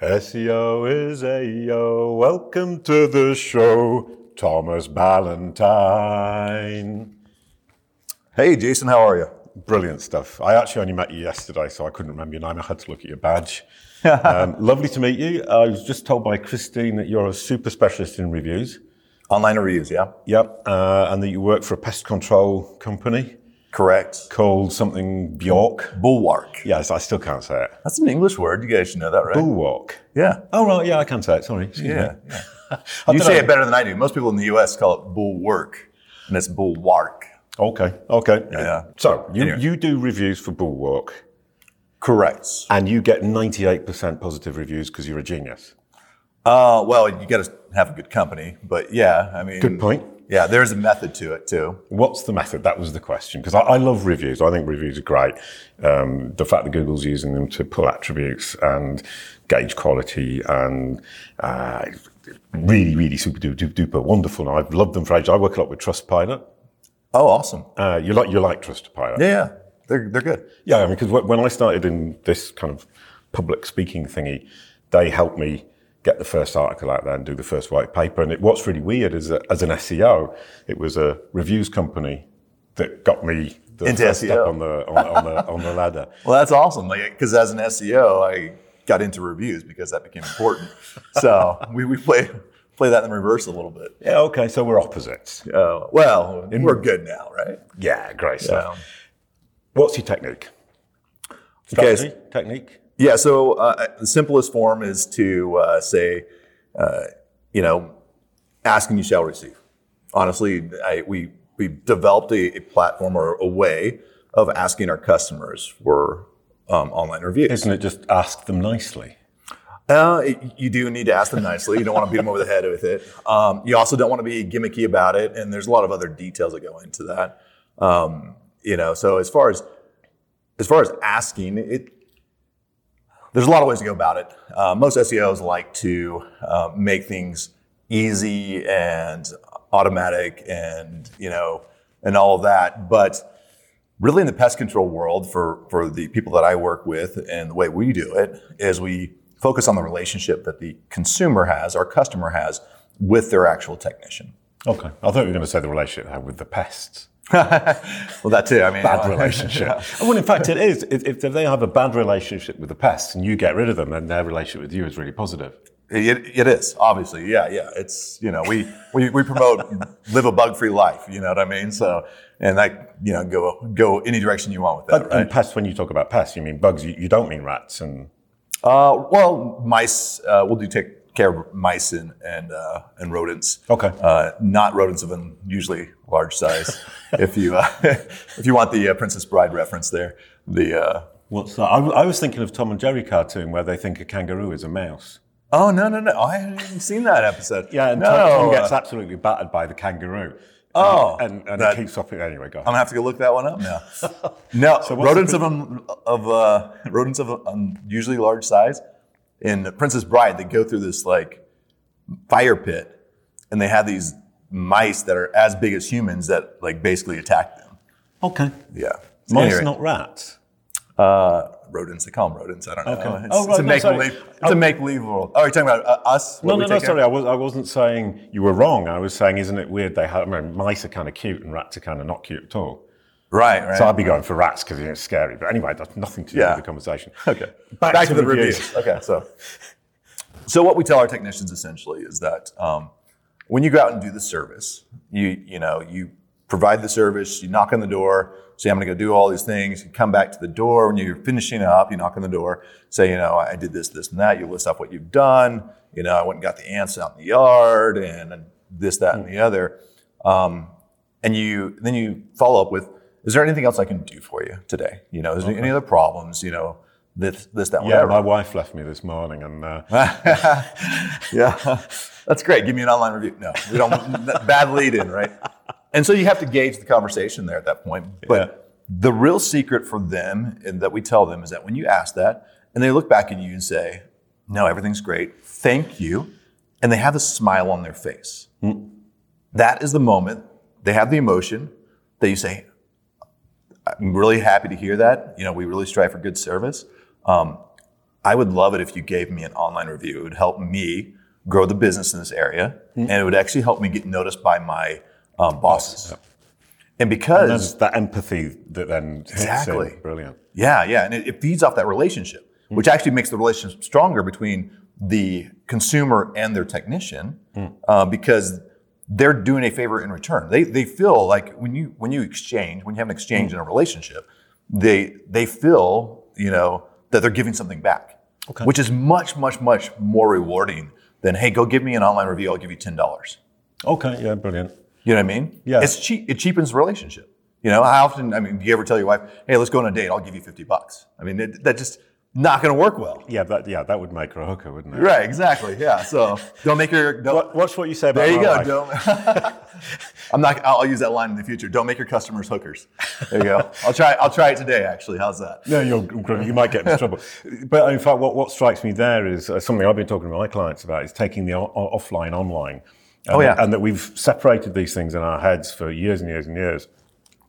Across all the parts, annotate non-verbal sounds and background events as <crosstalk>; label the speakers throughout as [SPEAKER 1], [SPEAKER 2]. [SPEAKER 1] SEO E is AEO. Welcome to the show, Thomas Ballantyne.
[SPEAKER 2] Hey, Jason, how are you?
[SPEAKER 1] Brilliant stuff. I actually only met you yesterday, so I couldn't remember your name. I had to look at your
[SPEAKER 2] <laughs>
[SPEAKER 1] badge. um, lovely to meet you. I was just told by Christine that you're a super specialist in reviews.
[SPEAKER 2] Online reviews, yeah?
[SPEAKER 1] Yep. Uh, and that you work for a pest control company
[SPEAKER 2] Correct.
[SPEAKER 1] called something Bjork.
[SPEAKER 2] Bulwark.
[SPEAKER 1] Yes, I still can't say it.
[SPEAKER 2] That's an English word. You guys should know that, right?
[SPEAKER 1] Bulwark.
[SPEAKER 2] yeah.
[SPEAKER 1] Oh, right. Yeah, I can say it. Sorry. Excuse me.
[SPEAKER 2] Yeah. yeah.
[SPEAKER 1] I
[SPEAKER 2] You
[SPEAKER 1] don't
[SPEAKER 2] say
[SPEAKER 1] know.
[SPEAKER 2] it better than I do. Most people in the US call it bulwark, and it's bulwark.
[SPEAKER 1] Okay. Okay.
[SPEAKER 2] yeah.
[SPEAKER 1] So you,
[SPEAKER 2] Anyway.
[SPEAKER 1] you do reviews for Bulwark,
[SPEAKER 2] Correct.
[SPEAKER 1] and you get ninety eight percent positive reviews because you're a genius.
[SPEAKER 2] Uh, well, you got to have a good company, but yeah, I mean.
[SPEAKER 1] Good point.
[SPEAKER 2] Yeah, there's a method to it, too.
[SPEAKER 1] What's the method? That was the question because I, I love reviews. I think reviews are great. Um, the fact that Google's using them to pull attributes and gauge quality and uh, really, really super duper, duper wonderful. And I've loved them for ages. I work a lot with Trustpilot.
[SPEAKER 2] Oh, awesome.
[SPEAKER 1] Uh, you like you like Trustpilot?
[SPEAKER 2] Yeah, yeah. They're, they're good.
[SPEAKER 1] Yeah, I mean, because when I started in this kind of public speaking thingy, they helped me get the first article out there and do the first white paper. And it, what's really weird is that as an SEO, it was a reviews company that got me the
[SPEAKER 2] Into
[SPEAKER 1] first step
[SPEAKER 2] SEO.
[SPEAKER 1] on the on, on the on the ladder.
[SPEAKER 2] Well, that's awesome. Like, because as an SEO, I got into reviews because that became important. so we, we play play that in reverse a little bit.
[SPEAKER 1] <laughs> Yeah, okay, so we're opposites.
[SPEAKER 2] Uh, well, we're good now, right?
[SPEAKER 1] Yeah, great stuff.
[SPEAKER 2] Um,
[SPEAKER 1] What's your technique?
[SPEAKER 2] Okay,
[SPEAKER 1] Strategy, technique.
[SPEAKER 2] yeah. So uh, the simplest form is to uh, say, uh, you know, ask and you shall receive. Honestly, I, we we developed a, a platform or a way of asking our customers for um, online reviews.
[SPEAKER 1] Isn't it just ask them nicely?
[SPEAKER 2] Uh, it- you do need to ask them nicely. You don't want to beat them over the head with it. Um, you also don't want to be gimmicky about it. And there's a lot of other details that go into that. Um, you know, so as far as as far as asking, it there's a lot of ways to go about it. Uh, most SEOs like to uh, make things easy and automatic, and you know, and all of that. But really in the pest control world for for the people that I work with and the way we do it is we focus on the relationship that the consumer has, our customer has with their actual technician. <laughs>
[SPEAKER 1] Okay, I thought you were going to say the relationship I had with the pests.
[SPEAKER 2] Well, that too. I mean,
[SPEAKER 1] bad <laughs> relationship. Well, in fact, it is. If, if they have a bad relationship with the pest and you get rid of them, then their relationship with you is really positive.
[SPEAKER 2] <laughs> It, it is obviously, yeah, yeah. It's you know we we, we promote live a bug free life. You know what I mean? So and that you know go go any direction you want with that,
[SPEAKER 1] And-
[SPEAKER 2] right?
[SPEAKER 1] And pests, when you talk about pests, you mean bugs. You, you don't mean rats. And
[SPEAKER 2] Uh, well, mice. Uh, we'll do take care of mice and and, uh, and rodents.
[SPEAKER 1] Okay.
[SPEAKER 2] Uh, not rodents of an usually large
[SPEAKER 1] <laughs>
[SPEAKER 2] size. if you uh, <laughs> if you want the uh, Princess Bride reference there, the uh,
[SPEAKER 1] what's that? I, w- I was thinking of Tom and Jerry cartoon where they think a kangaroo is a mouse.
[SPEAKER 2] oh no no no I haven't even seen that episode.
[SPEAKER 1] Yeah, and
[SPEAKER 2] no.
[SPEAKER 1] Tom, Tom
[SPEAKER 2] uh,
[SPEAKER 1] gets absolutely battered by the kangaroo.
[SPEAKER 2] Oh,
[SPEAKER 1] and and
[SPEAKER 2] that-
[SPEAKER 1] it keeps off it anyway. Go
[SPEAKER 2] I'm
[SPEAKER 1] ahead.
[SPEAKER 2] gonna have to go look that one
[SPEAKER 1] <laughs>
[SPEAKER 2] up now. No,
[SPEAKER 1] what's
[SPEAKER 2] rodents
[SPEAKER 1] the
[SPEAKER 2] of un, of uh, rodents of an unusually large size in Princess Bride. They go through this like fire pit, and they have these mice that are as big as humans that like basically attack them.
[SPEAKER 1] Okay,
[SPEAKER 2] Yeah, So
[SPEAKER 1] mice
[SPEAKER 2] anyway,
[SPEAKER 1] not rats.
[SPEAKER 2] uh, rodents. They call them rodents. I don't know.
[SPEAKER 1] Okay.
[SPEAKER 2] It's,
[SPEAKER 1] Oh,
[SPEAKER 2] it's
[SPEAKER 1] right,
[SPEAKER 2] a
[SPEAKER 1] no,
[SPEAKER 2] make
[SPEAKER 1] sorry.
[SPEAKER 2] believe. It's a make believe world. Oh, you're talking about uh, us?
[SPEAKER 1] No,
[SPEAKER 2] What we
[SPEAKER 1] no, no.
[SPEAKER 2] take care
[SPEAKER 1] Sorry,
[SPEAKER 2] of?
[SPEAKER 1] I was. I wasn't saying you were wrong. I was saying, isn't it weird? They have I mean, mice are kind of cute and rats are kind of not cute at all.
[SPEAKER 2] Right, right.
[SPEAKER 1] So I'd be going for rats because it's scary. But anyway, that's nothing to do
[SPEAKER 2] Yeah.
[SPEAKER 1] with the <laughs> conversation.
[SPEAKER 2] Okay. Back, to, the reviews. Okay, so so what we tell our technicians essentially is that um, when you go out and do the service, you you know you provide the service, you knock on the door, say I'm going to go do all these things. You come back to the door when you're finishing up, you knock on the door, say you know I did this, this, and that. You list off what you've done. You know I went and got the ants out in the yard and this, that, and the other. Um, and you then you follow up with is there anything else i can do for you today you know is there any other problems you know this this
[SPEAKER 1] <laughs>
[SPEAKER 2] that
[SPEAKER 1] Yeah,
[SPEAKER 2] whatever
[SPEAKER 1] my wife left me this morning, and uh,
[SPEAKER 2] <laughs> yeah that's great give me an online review no we don't bad lead in right and so you have to gauge the conversation there at that point but
[SPEAKER 1] Yeah.
[SPEAKER 2] the real secret for them and that we tell them is that when you ask that and they look back at you and say no everything's great thank you and they have a smile on their face that is the moment they have the emotion that you say i'm really happy to hear that you know we really strive for good service um, I would love it if you gave me an online review. It would help me grow the business in this area, and it would actually help me get noticed by my um, Mm-hmm. bosses. And because
[SPEAKER 1] There's that empathy that then hits in.
[SPEAKER 2] Exactly.
[SPEAKER 1] brilliant.
[SPEAKER 2] Yeah, yeah, and it, it feeds off that relationship, which actually makes the relationship stronger between the consumer and their technician, uh, because they're doing a favor in return. They they feel like when you when you exchange, when you have an exchange in a relationship, they they feel you know that they're giving something back, which is much much much more rewarding than hey, go give me an online review, I'll give you ten dollars.
[SPEAKER 1] Okay, yeah, brilliant.
[SPEAKER 2] You know what I mean?
[SPEAKER 1] Yeah.
[SPEAKER 2] It's cheap. It cheapens the relationship. You know, how often, I mean, do you ever tell your wife, hey, let's go on a date, I'll give you 50 bucks? I mean, that that just not going to work well.
[SPEAKER 1] Yeah, that yeah, that would make her a hooker, wouldn't it?
[SPEAKER 2] Right, exactly. Yeah. So don't make your, don't,
[SPEAKER 1] Wa- Watch what you say about
[SPEAKER 2] there you
[SPEAKER 1] my
[SPEAKER 2] go.
[SPEAKER 1] wife.
[SPEAKER 2] Don't, <laughs> I'm not, I'll, I'll use that line in the future. Don't make your customers hookers. There you go. I'll try, I'll try it today, actually. How's that?
[SPEAKER 1] No, you're, gr- you might get into <laughs> trouble. But in fact, what, what strikes me there is uh, something I've been talking to my clients about is taking the o- o- offline online. And,
[SPEAKER 2] Oh, yeah.
[SPEAKER 1] And that we've separated these things in our heads for years and years and years.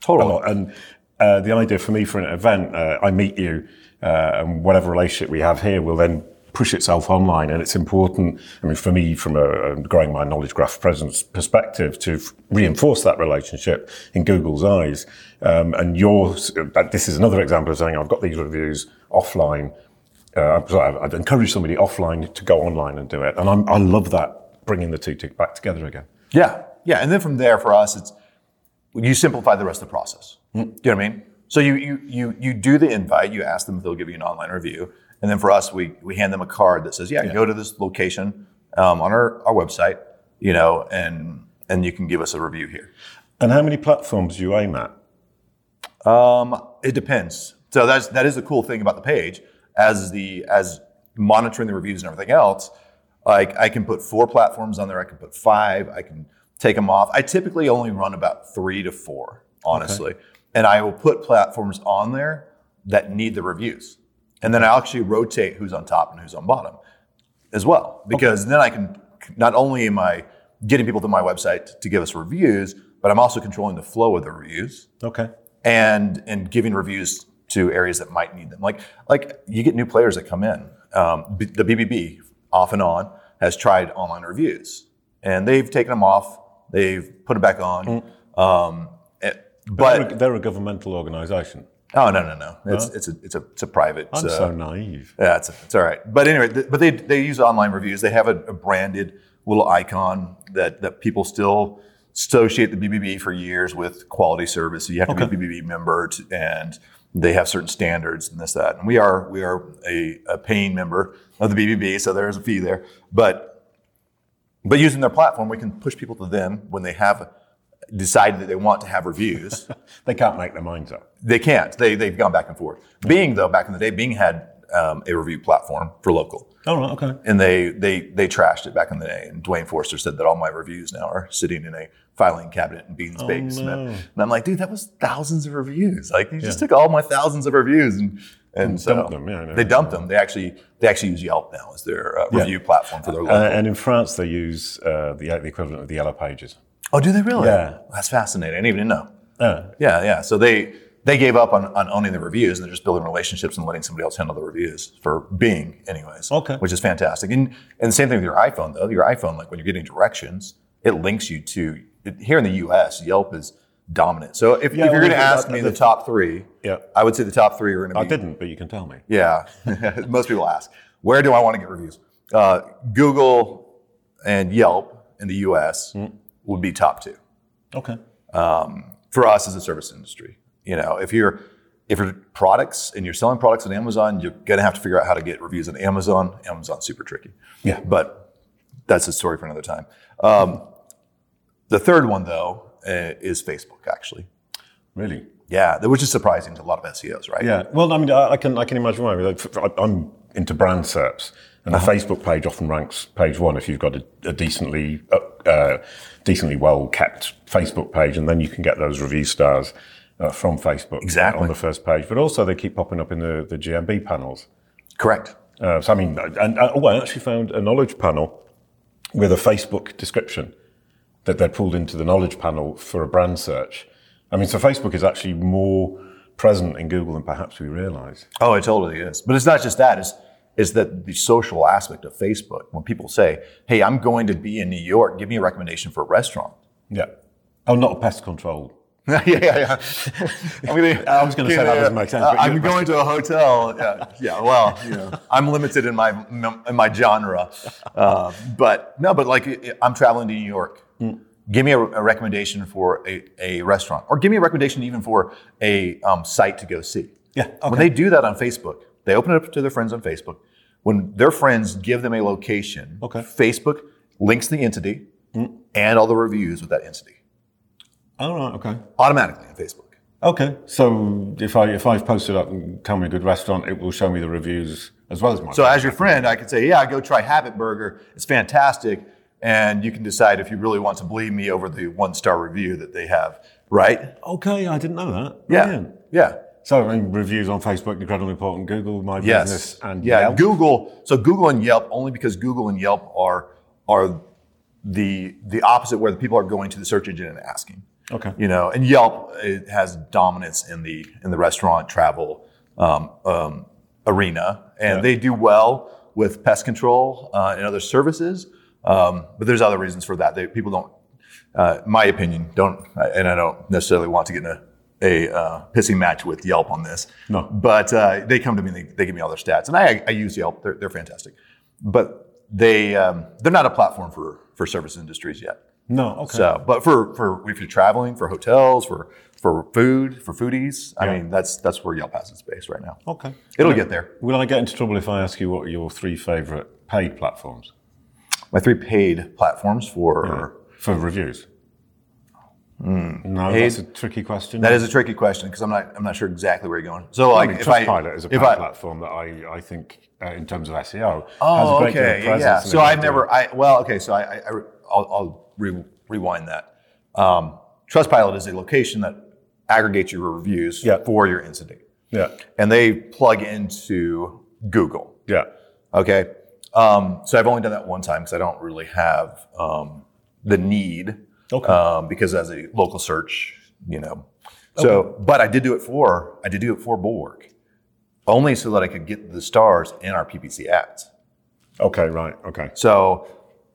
[SPEAKER 2] Totally.
[SPEAKER 1] And uh, the idea for me for an event, uh, I meet you, uh, and whatever relationship we have here will then push itself online. And it's important, I mean, for me, from a, a growing my knowledge graph presence perspective, to f- reinforce that relationship in Google's eyes. Um, and yours, that- this is another example of saying, I've got these reviews offline. Uh, I'm sorry, I'd encourage somebody offline to go online and do it. And I'm, I love that, bringing the two t- back together again.
[SPEAKER 2] Yeah, yeah, and then from there for us, it's you simplify the rest of the process. Do you know what I mean? So you you you you do the invite, you ask them if they'll give you an online review, and then for us, we we hand them a card that says, "Yeah, go to this location um, on our our website, you know, and and you can give us a review here."
[SPEAKER 1] And how many platforms do you aim at?
[SPEAKER 2] Um, it depends. So that's that is the cool thing about the page. As the as monitoring the reviews and everything else, like I can put four platforms on there. I can put five. I can take them off. I typically only run about three to four, honestly. And I will put platforms on there that need the reviews, and then I will actually rotate who's on top and who's on bottom as well because then I can not only am I getting people to my website to give us reviews, but I'm also controlling the flow of the reviews
[SPEAKER 1] Okay.
[SPEAKER 2] and and giving reviews to areas that might need them. Like like you get new players that come in. Um, B- the BBB off and on has tried online reviews, and they've taken them off. They've put it back on. Um, it-
[SPEAKER 1] They're
[SPEAKER 2] but
[SPEAKER 1] a- they're a governmental organisation.
[SPEAKER 2] oh no no no, it's it's a it's a it's a private.
[SPEAKER 1] I'm
[SPEAKER 2] uh,
[SPEAKER 1] so naive.
[SPEAKER 2] yeah, it's, it's all right. But anyway, th- but they they use online reviews. They have a, a branded little icon that that people still associate the BBB for years with quality service. So you have to be a BBB member, to, and they have certain standards and this that. And we are we are a, a paying member of the BBB, so there is a fee there. But but using their platform, we can push people to them when they have decided that they want to have reviews
[SPEAKER 1] They can't make their minds up.
[SPEAKER 2] they can't. They they've gone back and forth. Bing though, back in the day, Bing had um, a review platform for local,
[SPEAKER 1] All right, okay.
[SPEAKER 2] and they they they trashed it back in the day. And Dwayne Forster said that all my reviews now are sitting in a filing cabinet in
[SPEAKER 1] Oh,
[SPEAKER 2] Bean's basement. And I'm like, dude, that was thousands of reviews. Like you just took all my thousands of reviews and. And so
[SPEAKER 1] dumped them, yeah, I know.
[SPEAKER 2] they dumped them. They actually they actually use Yelp now as their uh, review platform for their local.
[SPEAKER 1] Uh, and in France, they use uh, the, the equivalent of the Yellow Pages.
[SPEAKER 2] oh, do they really?
[SPEAKER 1] yeah.
[SPEAKER 2] that's fascinating. I didn't even know.
[SPEAKER 1] Uh,
[SPEAKER 2] Yeah, yeah. So they they gave up on, on owning the reviews and they're just building relationships and letting somebody else handle the reviews for Bing, anyways.
[SPEAKER 1] Okay.
[SPEAKER 2] Which is fantastic. And and the same thing with your iPhone though. Your iPhone, like when you're getting directions, it links you to here in the U.S. Yelp is dominant. So if,
[SPEAKER 1] Yeah,
[SPEAKER 2] if you're
[SPEAKER 1] well,
[SPEAKER 2] going to
[SPEAKER 1] that-
[SPEAKER 2] ask me the top three,
[SPEAKER 1] Yeah.
[SPEAKER 2] I would say the top three are going to be.
[SPEAKER 1] I didn't, but you can tell me.
[SPEAKER 2] Yeah, <laughs> most people ask, where do I want to get reviews? Uh, Google and Yelp in the U.S.
[SPEAKER 1] Mm.
[SPEAKER 2] would be top two
[SPEAKER 1] Okay.
[SPEAKER 2] for us as a service industry. You know, if you're if you're products and you're selling products on Amazon, you're gonna have to figure out how to get reviews on Amazon. Amazon's super tricky.
[SPEAKER 1] Yeah.
[SPEAKER 2] But that's a story for another time. Um, the third one though eh, is Facebook actually.
[SPEAKER 1] Really?
[SPEAKER 2] Yeah, that- which is surprising to a lot of SEOs, right?
[SPEAKER 1] Yeah. Well, I mean, I, I can I can imagine why. I- I'm into brand SERPs, and the Facebook page often ranks page one if you've got a, a decently uh, uh, decently well kept Facebook page, and then you can get those review stars uh, from Facebook
[SPEAKER 2] Exactly.
[SPEAKER 1] on the first page. But also, they keep popping up in the, the GMB panels.
[SPEAKER 2] Correct.
[SPEAKER 1] Uh, so I mean, and, and oh, I actually found a knowledge panel with a Facebook description that they pulled into the knowledge panel for a brand search. I mean, so Facebook is actually more present in Google than perhaps we realise.
[SPEAKER 2] Oh, it totally is. But it's not just that. It's is that the social aspect of Facebook. When people say, "Hey, I'm going to be in New York, give me a recommendation for a restaurant."
[SPEAKER 1] Yeah. Oh, not a pest control.
[SPEAKER 2] <laughs> yeah, yeah, yeah. I'm gonna,
[SPEAKER 1] <laughs> I was gonna say that doesn't make sense, but
[SPEAKER 2] I'm
[SPEAKER 1] you're-
[SPEAKER 2] going to a hotel. Yeah,
[SPEAKER 1] <laughs>
[SPEAKER 2] yeah well, you know, I'm limited in my in my genre, uh, but no, but like I- I'm traveling to New York.
[SPEAKER 1] Hmm.
[SPEAKER 2] Give me a, a recommendation for a, a restaurant, or give me a recommendation even for a um, site to go see.
[SPEAKER 1] Yeah,
[SPEAKER 2] When they do that on Facebook, they open it up to their friends on Facebook. When their friends give them a location,
[SPEAKER 1] Okay. Hmm.
[SPEAKER 2] Facebook links the entity and all the reviews with that entity
[SPEAKER 1] All right. Okay.
[SPEAKER 2] automatically on Facebook.
[SPEAKER 1] Okay. So if I if I've posted up and tell me a good restaurant, it will show me the reviews as well as mine.
[SPEAKER 2] So as your friend, I could say, yeah, go try Habit Burger. It's fantastic. And you can decide if you really want to believe me over the one star review that they have, right?
[SPEAKER 1] okay, I didn't know that.
[SPEAKER 2] Yeah.
[SPEAKER 1] Brilliant.
[SPEAKER 2] Yeah.
[SPEAKER 1] So I mean, reviews on Facebook incredibly important. Google my business
[SPEAKER 2] Yes.
[SPEAKER 1] and
[SPEAKER 2] yeah.
[SPEAKER 1] Yelp.
[SPEAKER 2] Google. So Google and Yelp only because Google and Yelp are are the the opposite where the people are going to the search engine and asking.
[SPEAKER 1] Okay.
[SPEAKER 2] You know, and Yelp it has dominance in the in the restaurant travel um, um, arena, and they do well with pest control uh, and other services. Um, but there's other reasons for that. They, people don't, uh, in my opinion, don't, and I don't necessarily want to get in a a uh, pissing match with Yelp on this.
[SPEAKER 1] No.
[SPEAKER 2] But uh, they come to me and they, they give me all their stats, and I, I use Yelp. They're, they're fantastic, but they um, they're not a platform for for service industries yet.
[SPEAKER 1] No. Okay.
[SPEAKER 2] So, but for for if you're traveling, for hotels, for for food, for foodies, I mean that's that's where Yelp has its base right now.
[SPEAKER 1] okay.
[SPEAKER 2] It'll get there.
[SPEAKER 1] Will I get into trouble if I ask you what are your three favourite paid platforms
[SPEAKER 2] My three paid platforms for
[SPEAKER 1] for reviews? no, that's a tricky question.
[SPEAKER 2] Hmm. that is a tricky question because I'm not I'm not sure exactly where you're going. So
[SPEAKER 1] I
[SPEAKER 2] like
[SPEAKER 1] mean,
[SPEAKER 2] if I
[SPEAKER 1] Trustpilot is a
[SPEAKER 2] if
[SPEAKER 1] paid
[SPEAKER 2] I-
[SPEAKER 1] platform that I, I think, uh, in terms of SEO, has a
[SPEAKER 2] oh
[SPEAKER 1] great deal
[SPEAKER 2] okay
[SPEAKER 1] of presence.
[SPEAKER 2] yeah.
[SPEAKER 1] and
[SPEAKER 2] So
[SPEAKER 1] a great
[SPEAKER 2] I've
[SPEAKER 1] deal-
[SPEAKER 2] never I well okay so I, I, I will I'll re- rewind that. Um, Trustpilot is a location that aggregates your reviews
[SPEAKER 1] Yeah.
[SPEAKER 2] for your entity,
[SPEAKER 1] Yeah.
[SPEAKER 2] and they plug into Google.
[SPEAKER 1] Yeah.
[SPEAKER 2] Okay. Um, so I've only done that one time because I don't really have um, the need
[SPEAKER 1] Okay.
[SPEAKER 2] um, because as a local search, you know. So, but I did do it for I did do it for Bulwark, only so that I could get the stars in our PPC ads.
[SPEAKER 1] Okay, right. Okay.
[SPEAKER 2] So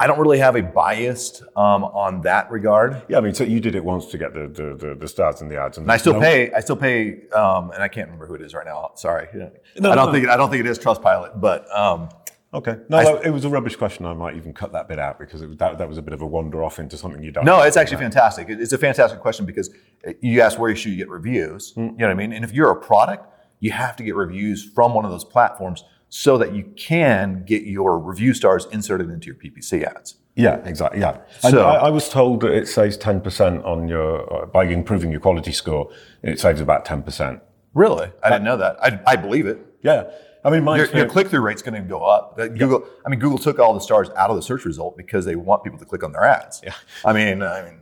[SPEAKER 2] I don't really have a bias um, on that regard.
[SPEAKER 1] Yeah, I mean, so you did it once to get the, the, the, the stars and the ads.
[SPEAKER 2] And I still
[SPEAKER 1] no-
[SPEAKER 2] pay. I still pay, um, and I can't remember who it is right now. Sorry,
[SPEAKER 1] No,
[SPEAKER 2] I don't
[SPEAKER 1] no.
[SPEAKER 2] think I don't think it is Trustpilot, but um,
[SPEAKER 1] Okay. No, it was a rubbish question. I might even cut that bit out because it, was- that, that was a bit of a wander off into something you don't.
[SPEAKER 2] No, it's actually fantastic. It- It's a fantastic question because uh, you ask where should you get reviews. You know what I mean? And if you're a product, you have to get reviews from one of those platforms so that you can get your review stars inserted into your PPC ads.
[SPEAKER 1] Yeah, exactly. Yeah, and
[SPEAKER 2] So-
[SPEAKER 1] I, I was told that it saves ten percent on your uh, by improving your quality score. It saves about ten percent.
[SPEAKER 2] Really? I didn't know that. I, I believe it.
[SPEAKER 1] Yeah, I mean, my
[SPEAKER 2] Your, your
[SPEAKER 1] experience-
[SPEAKER 2] click through rate's going to go up. That Google, I mean, Google took all the stars out of the search result because they want people to click on their ads. Yeah. I mean, I mean,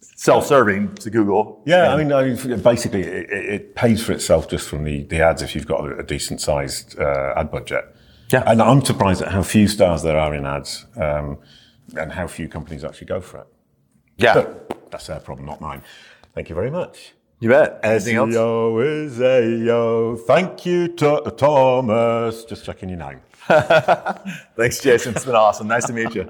[SPEAKER 2] self-serving to Google.
[SPEAKER 1] Yeah, I mean, I mean basically, it, it it pays for itself just from the, the ads if you've got a, a decent sized uh, ad budget.
[SPEAKER 2] Yeah.
[SPEAKER 1] And I'm surprised at how few stars there are in ads um, and how few companies actually go for it.
[SPEAKER 2] Yeah. <laughs>
[SPEAKER 1] But that's their problem, not mine. Thank you very much.
[SPEAKER 2] You bet. E Anything else? <laughs>
[SPEAKER 1] Yo is a yo. Thank you to Thomas. Just checking your name.
[SPEAKER 2] Thanks, Jason. It's been awesome. Nice to meet you.